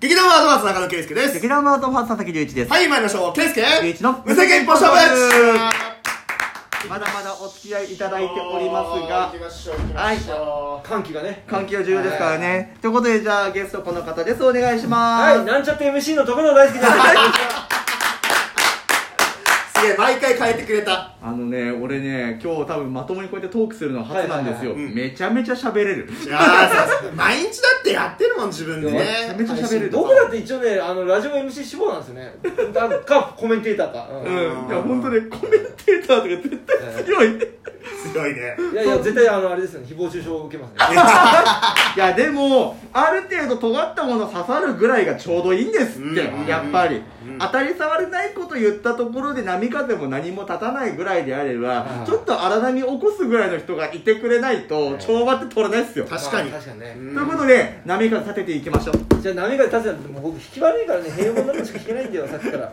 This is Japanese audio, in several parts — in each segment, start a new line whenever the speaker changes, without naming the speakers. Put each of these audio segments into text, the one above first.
劇団ワードマンス中野圭介です
劇団ワールドファースト佐々木隆一です。
はい参りましょう圭介
隆一の
無責任ポストブッ
まだまだお付き合いいただいて
チ
おりますが
行き、ましょう行きましょう
歓喜がね
環境重要ですからね。ということで、じゃあゲストこの方です。お願いしま
はい
す。
なんちゃって MC の徳野大好きです
すげえ毎回変えてくれた
あのね、俺ね、今日多分まともにこうやってトークするのは初なんですよ。
はいはいはいうん
めちゃめちゃ喋れる。
いやーさ毎日だってやってるもん自分でね
め
ちゃめちゃ喋れる
僕だって一応ねあのラジオ MC 志望なんですよねだかコメンテーターか、
うん。
うん
いや、本当ね、コメンテーターとか絶対強い。
強いね
いやいや絶対あのあれですよね誹謗中傷を受けますね
いや、でも、ある程度尖ったもの刺さるぐらいがちょうどいいんですって、
うん
やっぱり、
うん
当たり障りないこと言ったところで波風も何も立たないぐらいであれば、
うん
ちょっと荒波起こすぐらいの人がいてくれないと、
うん
調和って取れないっすよ。
確かに
まあ確かにね
うん
ということで、波風立てていきましょう。
じゃあ波が立つなんてもう僕引き悪いからね平凡なのしか引けないんだよさっきからは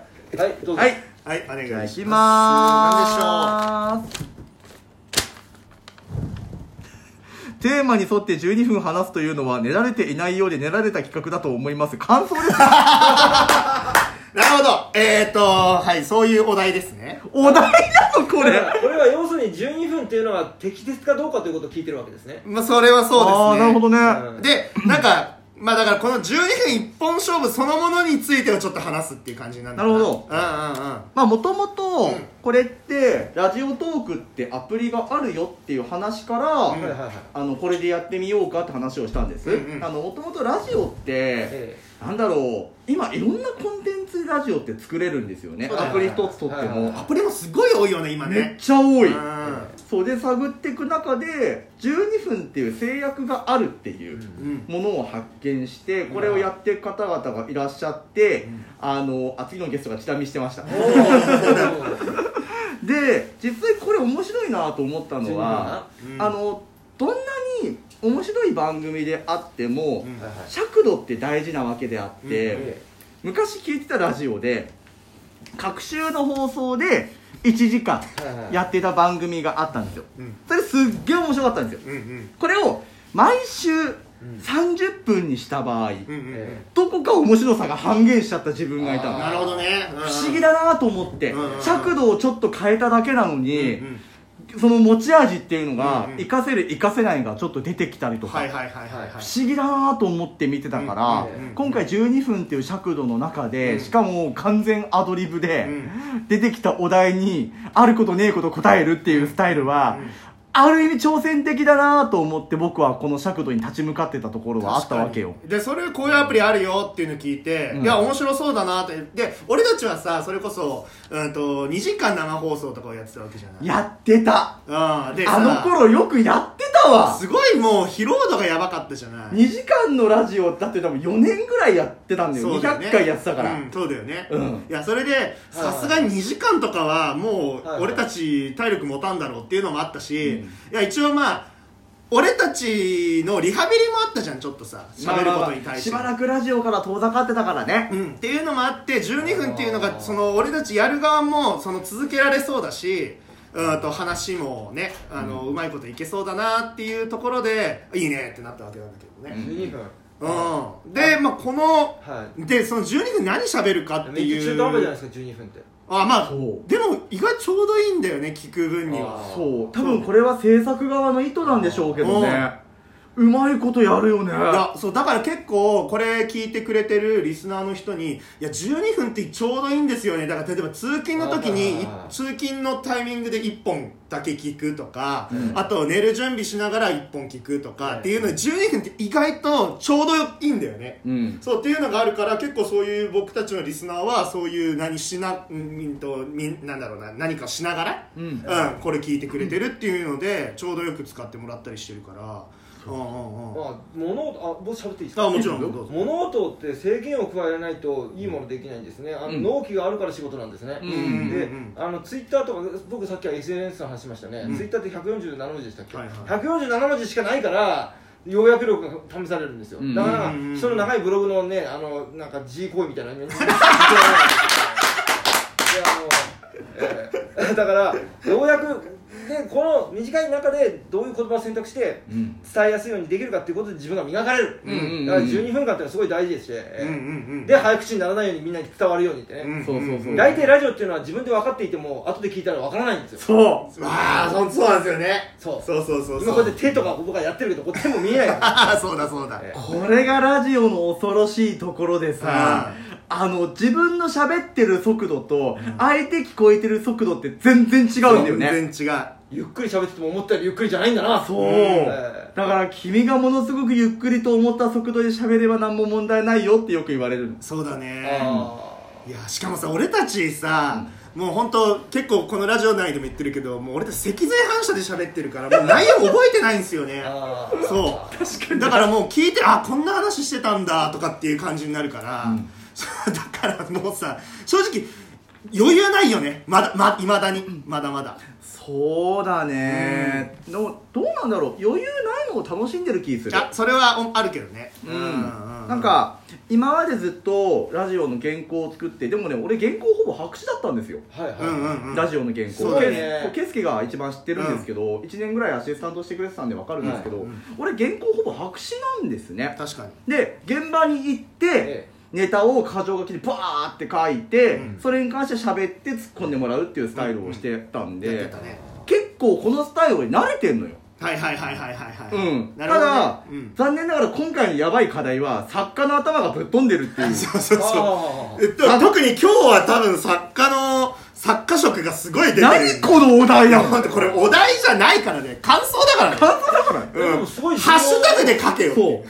いどうぞ
はい、
はいお願いし
じゃ
ま
あ行
す
きまーす。テーマに沿って12分話すというのは、練られていないようで練られた企画だと思います。感 想です。
なるほどえーとはいそういうお題ですね
お題なのこ
これ
れ。
はこれは要するに12分っていうのは適切かどうかということを聞いてるわけですね
まあそれはそうですね
ああー、なるほどね。
うん
でなんかまあだからこの12分一本勝負そのものについてをちょっと話すっていう感じになるのか
なるほ
うんうんうん
まあもともと
うん
これってラジオトークってアプリがあるよっていう話から、
うん
はいはいはい
あのこれでやってみようかって話をしたんです、
うんうん
あのもともとラジオって、
え
なんだろう今いろんなコンテンツラジオって作れるんですよね
そうだよ
ア
ね
プリ一つとって
はいはい
も
は
アプリもすごい多いよね今
めっ
ね
ちゃ多い
うん
そうで探っていく中で12分っていう制約があるっていううん
うん
ものを発見してこれをやっていく方々がいらっしゃって、
うん
あのあ次のゲストがチラ見してました
おー
で実際これ面白いなと思ったのは、
うん
あのどんなに面白い番組であっても、
うん
はいはい
尺度って大事なわけであっ
う
て、
ん
え
昔聞いてたラジオで各週の放送で1時間
えはいはい
やってた番組があったんですよ
うん
それすっげえ面白かったんですよ
うんうん
これを毎週
うん
30分にした場合、
うんうん
え
どこか面白さが半減しちゃった自分がいた
うん
の
なるほどね不
不思議だなと思って、
うん
尺度をちょっと変えただけなの
うんう
に、
ん
その持ち味っていうのが
うんうん
活かせる活かせないがちょっと出てきたりとか、
はいはいはいはいはい
不思議だなと思って見てたから、
うんうん
今回12分っていう尺度の中で、
うん
しかも完全アドリブで、
う
出てきたお題にあることねえこと答えるっていうスタイルは、
うん
ある意味挑戦的だなと思って僕はこの尺度に立ち向かってたところはあったわけよ
確かにでそれこういうアプリあるよっていうの聞いて、
うん
いや面白そうだなってで俺たちはさそれこそ、うん、と2時間生放送とかをやってたわけじゃない
やってた
あでさ
あの頃よくやってたわ
すごいもう疲労度がやばかったじゃない
2時間のラジオだって多分4年ぐらいやってたんだよ
そうだよね
200回やってたから、
うんそうだよね、
うん
いやそれでさすがに2時間とかはもう
はいはい
俺たち体力持たんだろうっていうのもあったし、
うん
いや一応まあ俺たちのリハビリもあったじゃんちょっとさ喋ることに対して、
まあまあまあしばらくラジオから遠ざかってたからね、
うん、っていうのもあって12分っていうの
あ
が
ー
その俺たちやる側もその続けられそうだしうんと話もねあの、うまいこといけそうだなっていうところでいいねってなったわけなんだけどね、
12分
うんで、まあ、この
は
でその12分何喋るかっ
い
て
めっち
い
ゃ
う
中途半端じゃないですか12分って
あまあ
そう
でも意外とちょうどいいんだよね聞く分には
あー
そう多分これは制作側の意図なんでしょうけどねうまいことやるよね
いやそうだから結構これ聞いてくれてるリスナーの人にいや12分ってちょうどいいんですよねだから例えば通勤の時にい
あー
通勤のタイミングで1本だけ聞くとか、
ん
あと寝る準備しながら1本聞くと
は
か
い
っていうので12分って意外とちょうどいいんだよね
うん
そうっていうのがあるから結構そういう僕たちのリスナーはそういう何しなうんとみんなんだろうな何かしながら、
う
うん
ん
これ聞いてくれてるっていうのでちょうどよく使ってもらったりしてるからうんうんうん
あ物音あ僕喋っていいですか
あもちろんどうぞ
物音って制限を加えないといいものできないんですねあの、
うん
納期があるから仕事なんですね、
うん
で、
うん
あのツイッターとか僕さっきは SNS の話しましたね、
うん
ツイッターって147文字でしたっけ、
はいはい
147文字しかないから要約力が試されるんですよ、
うん
だから
うん
人の長いブログのねあのなんか G 行為みたいなのにい や あのえーだからようやくでこの短い中でどういう言葉を選択して
うん
伝えやすいようにできるかっていうことで自分が磨かれる、
うんうんうん
だから12分間っていうのはすごい大事ですし、
うんうんうん
で早口にならないようにみんなに伝わるようにってね、
うん
そうそうそうん
ん
大体ラジオっていうのは自分で分かっていても後で聞いたら分からないんですよ
そうわあそそうなんですよね
そう
そうそうそう
今こうやって手とか僕がやってるけどこう手も見えない
ああそうだそうだ、
ええ
これがラジオの恐ろしいところでさ、あの、自分の喋ってる速度と、相手聞こえてる速度って全然違うんだよね。
全然違う
ゆっくり喋ってても思ったよりゆっくりじゃないんだな
そう。
え
だから、君がものすごくゆっくりと思った速度で喋れば何も問題ないよってよく言われるの。
そうだね
えあ
いやしかもさ俺たちさ、もう本当結構このラジオ内でも言ってるけどもう俺たち脊髄反射で喋ってるからもう内容覚えてないんですよね
ーあー
そうだからもう聞いてあこんな話してたんだとかっていう感じになるから、そう だからもうさ正直余裕ないよねまだまいまだにまだまだ
そうだね、でもどうなんだろう余裕ないのを楽しんでる気する
あそれはおあるけどね
うんなんか今までずっとラジオの原稿を作ってでもね俺原稿ほぼ白紙だったんですよ
はいはい、
うんうんうん
ラジオの原
そう
稿
だ
け
ね
こう圭介が一番知ってるんですけど、1年ぐらいアシスタントしてくれてたんで分かるんですけど、
はいうん
俺原稿ほぼ白紙なんですね
確かに
で現場に行って、
え
ネタを箇条書きでバーって書いて、
うん
それに関して喋って突っ込んでもらうっていうスタイルをしてたんで、
やってたね
結構このスタイルに慣れてんのよ
はいはいはいはいはいはい、
うん、
なる
た
ほどね、
だ、
うん、
残念ながら今回のやばい課題は作家の頭がぶっ飛んでるっていう
そうそうそう
あ
えっと、特に今日は多分作家の作家色がすごい出てる
何このお題
いや
や ん
本当これお題じゃないからね感想だからね
簡単だから
ーでもすごい重要
ハッシュタグで書けよ
そう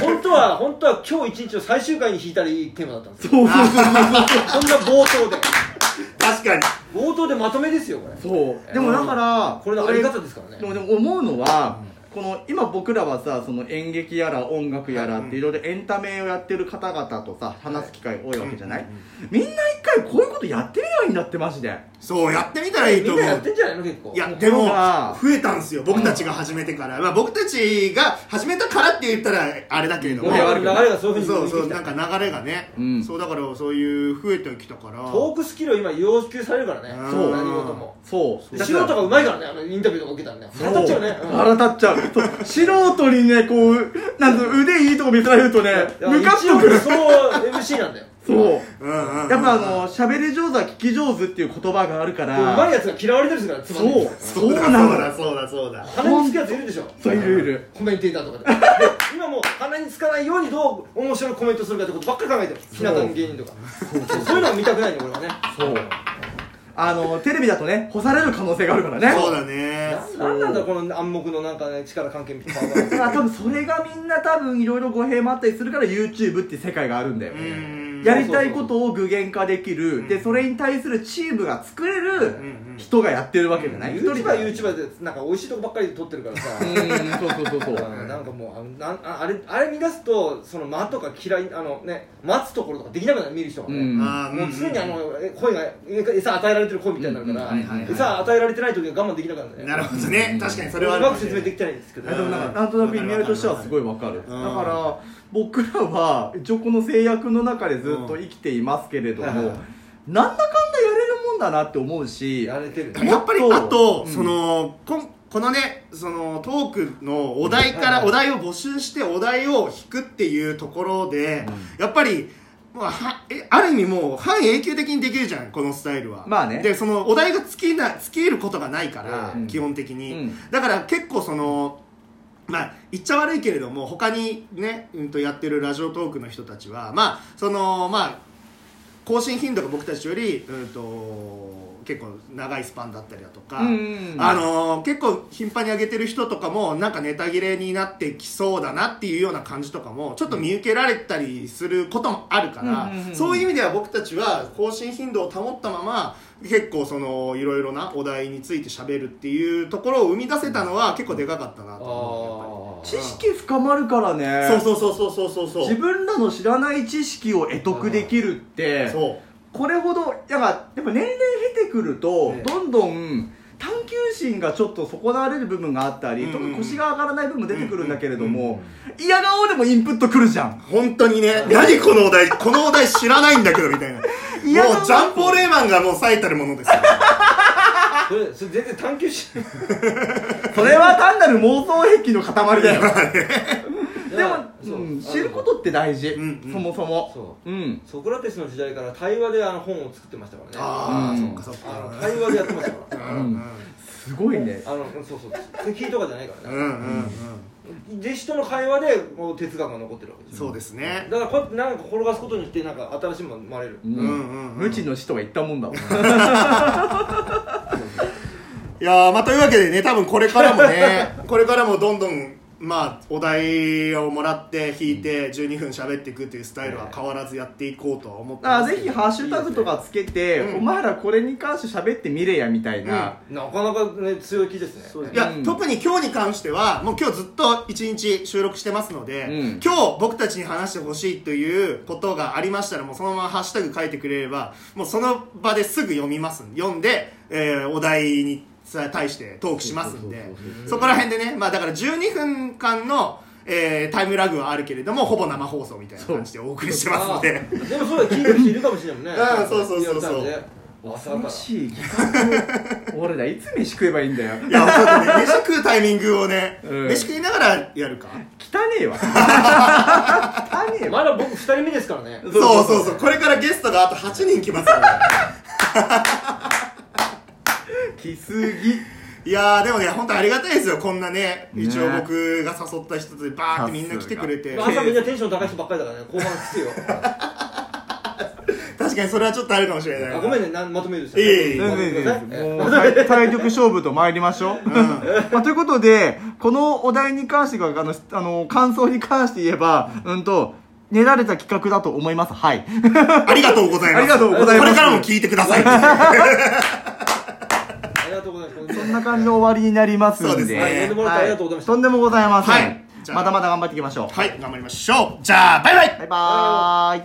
本当は本当は今日一日の最終回に引いたらいいテーマだっ たんですよ
そうそう
こんな冒頭で
確かに
冒頭でまとめですよこれ
そうでもだから
これのあり方ですからね
でもでも思うのは、この今僕らはさその演劇やら音楽やらっていろいろエンタメをやってる方々とさ話す機会多いわけじゃない、みんな一回こういうことやってみればいいんだってマジで
そうやってみたらいい
み
と
ん
思
なやっ
う
てんじゃないの結構
いやでも
そうか
増えたんですよ僕たちが始めてから、まあ、僕たちが始めたからって言ったらあれだけれど
も
も
う流
俺は
れがそういうふうに
そうそう
向いて
な
き
ん
た
か流れがね、
うん
そうだからそういう増えてきたから
トークスキルを今要求されるからね
そう
何事も
そう
で素人がうまいからねあのインタビューとか受けたらね腹立っちゃうねうん
腹立っちゃうそう素人にねこうなんと腕いいとこ見せられるとね
いや
ムカッ
一応
とくる
そう MC なんだよ
そう
うんうんうん
やっぱあの喋り上手は聞き上手っていう言葉があるか
うまい
ら
やつが嫌われてるんですからつま
そう
そ
そうう
だ
な
そう
の
だそうだそうだ
鼻につくやついるでしょ
そういるいる
コメンテーターとかでで今もう鼻につかないようにどう面白いコメントするかってことばっかり考えてる日向の芸人とかそういうのは見たくないね俺はね
そうあのテレビだとね干される可能性があるからね
そうだね
何なんだこの暗黙のなんかね力関係みたいな
だから 多分それがみんな多分いろいろ語弊もあったりするから YouTube って世界があるんだよ
う
ね
ん
やりたいことを具現化できる、
ん
でそれに対するチームが作れ
ん
る人がやってるわけじゃない、一人
YouTuber は YouTuber でなんか美味しいとこばっかり撮ってるからさ
うんそうそうそうそう
うんなんかもうあのなんああれあれ見出すとその間とか嫌いあのね待つところとかできなくなる見る人がね、
うん
あー
もう常にあのえ声がえ餌与えられてる声みたいになるから、
うんはいはいはい
餌与えられてない時は我慢できなくなるんだよね
なるほどね、確かにそれはあ
う
るか
ま
も
く
しれな
説明
い
できてないんですけど
でもなん
うん
かなんとなく意味合いとしてはすごいわかるだ
ん
から僕らは一応この制約の中でずっと生きていますけれども、
うん
なんだかんだやれるもんだなって思うし
やれてるね
やっぱり
もっと
あと、
うん
そのこんこのねそのトークのお題か
はい
ら
はい
お題を募集してお題を引くっていうところで、やっぱりまあ、はえある意味もう半永久的にできるじゃんこのスタイルは
まあね
でそのお題が尽きな尽きることがないから、
うん
基本的に、
うん
だから結構そのまあ言っちゃ悪いけれども他にね、うん、とやってるラジオトークの人たちはまあそのまあ更新頻度が僕たちより、うん、と結構長いスパンだったりだとか、
うんうんうん
あのー結構頻繁に上げてる人とかもなんかネタ切れになってきそうだなっていうような感じとかもちょっと見受けられたりすることもあるから、
うんうんうんうん
そういう意味では僕たちは更新頻度を保ったまま結構そのいろいろなお題について喋るっていうところを生み出せたのは結構でかかったなと思う
あ
知識深まるから
や
ね
っぱりそうそうそうそうそうそう
自分らの知らない知識を得得できるって
そう
これほどやっぱやっぱ年齢経てくると、
ええ
どんどん探求心がちょっと損なわれる部分があったり、
うんうん
特に腰が上がらない部分も出てくるんだけれども、嫌顔でもインプットくるじゃん
本当にね、何このお題、このお題知らないんだけどみたいな。もう
いや
ジャンポーレーマンがもう最たるものですよ。
それそれ全然探求心
それは単なる妄想癖の塊だよ
で
でも、うん、知ることって大事、
んうん
そもそも
そ
うん
ソクラテスの時代から対話であの本を作ってましたからね
ああ、
うん
そっかそっ
あの
か
対話でやってましたから
うんうん
すごいね
あのそうそう敵とかじゃないから
うん
ね
うん
弟子との会話でもう哲学が残ってるわけ
う
で
ん
す
そ
よ
うですね
だからこうやってなんか転がすことによってなんか新しいものが生まれる
う
うんうんうん
無知の死とは言ったもんだもん
いやーまあというわけでね多分これからもねこれからもどんどんまあお題をもらって引いて12分喋っていくっていうスタイルは変わらずやっていこうとは思って
あ
ます
ぜひハッシュタグとかつけて、
うん
お前らこれに関して喋ってみれやみたいな、
なかなかね強い気ですね
そうです
ね
いや、
うん
特に今日に関してはもう今日ずっと1日収録してますので、
うん
今日僕たちに話してほしいということがありましたらもうそのままハッシュタグ書いてくれればもうその場ですぐ読みます読んで、えーお題に対してトークしますんでそこら辺でね、まあ、だから12分間の、えータイムラグはあるけれどもほぼ生放送みたいな感じでお送りしてます ので。
あーでもそうだ聞いてる人いるかもしれないもんね
うんそうそうそうそう
リアルタイムで
恐
朝か
ろ
ら
しい企画を俺らいつ飯食えばいいんだよ
いや、ちょっと ね、飯食うタイミングをね、
うん
飯食いながらやるか。
汚ね えわ汚ねえわ
まだ僕2人目ですからね
そうそうそうこれからゲストがあと8人来ますから、ね、
来すぎ
いやーでもね本当ありがたいですよこんなね
ね
一応僕が誘った人でバーってみんな来てくれて
まあ朝みんなテンション高い人ばっかりだからね後半きついよ
確かにそれはちょっとあるかもしれない
あごめんねなんまとめるでしょ
いえいえ
まとめてください
もう体体力勝負と参りましょう、 まあ、ということでこのお題に関してがあのしあの感想に関して言えばうんと練られた企画だと思いますはい
ありがとうございます
ありがとうございま
これ
す
からも聞いてくださ い
ありがとうございます
そんな感じの終わりになりますんで
そうですね
はい呼んでもらってありがとうございました
とんでもございません、
はい
まだまだ頑張っていきましょう、
はい頑張りましょうじゃあバイバイ
バイバーイ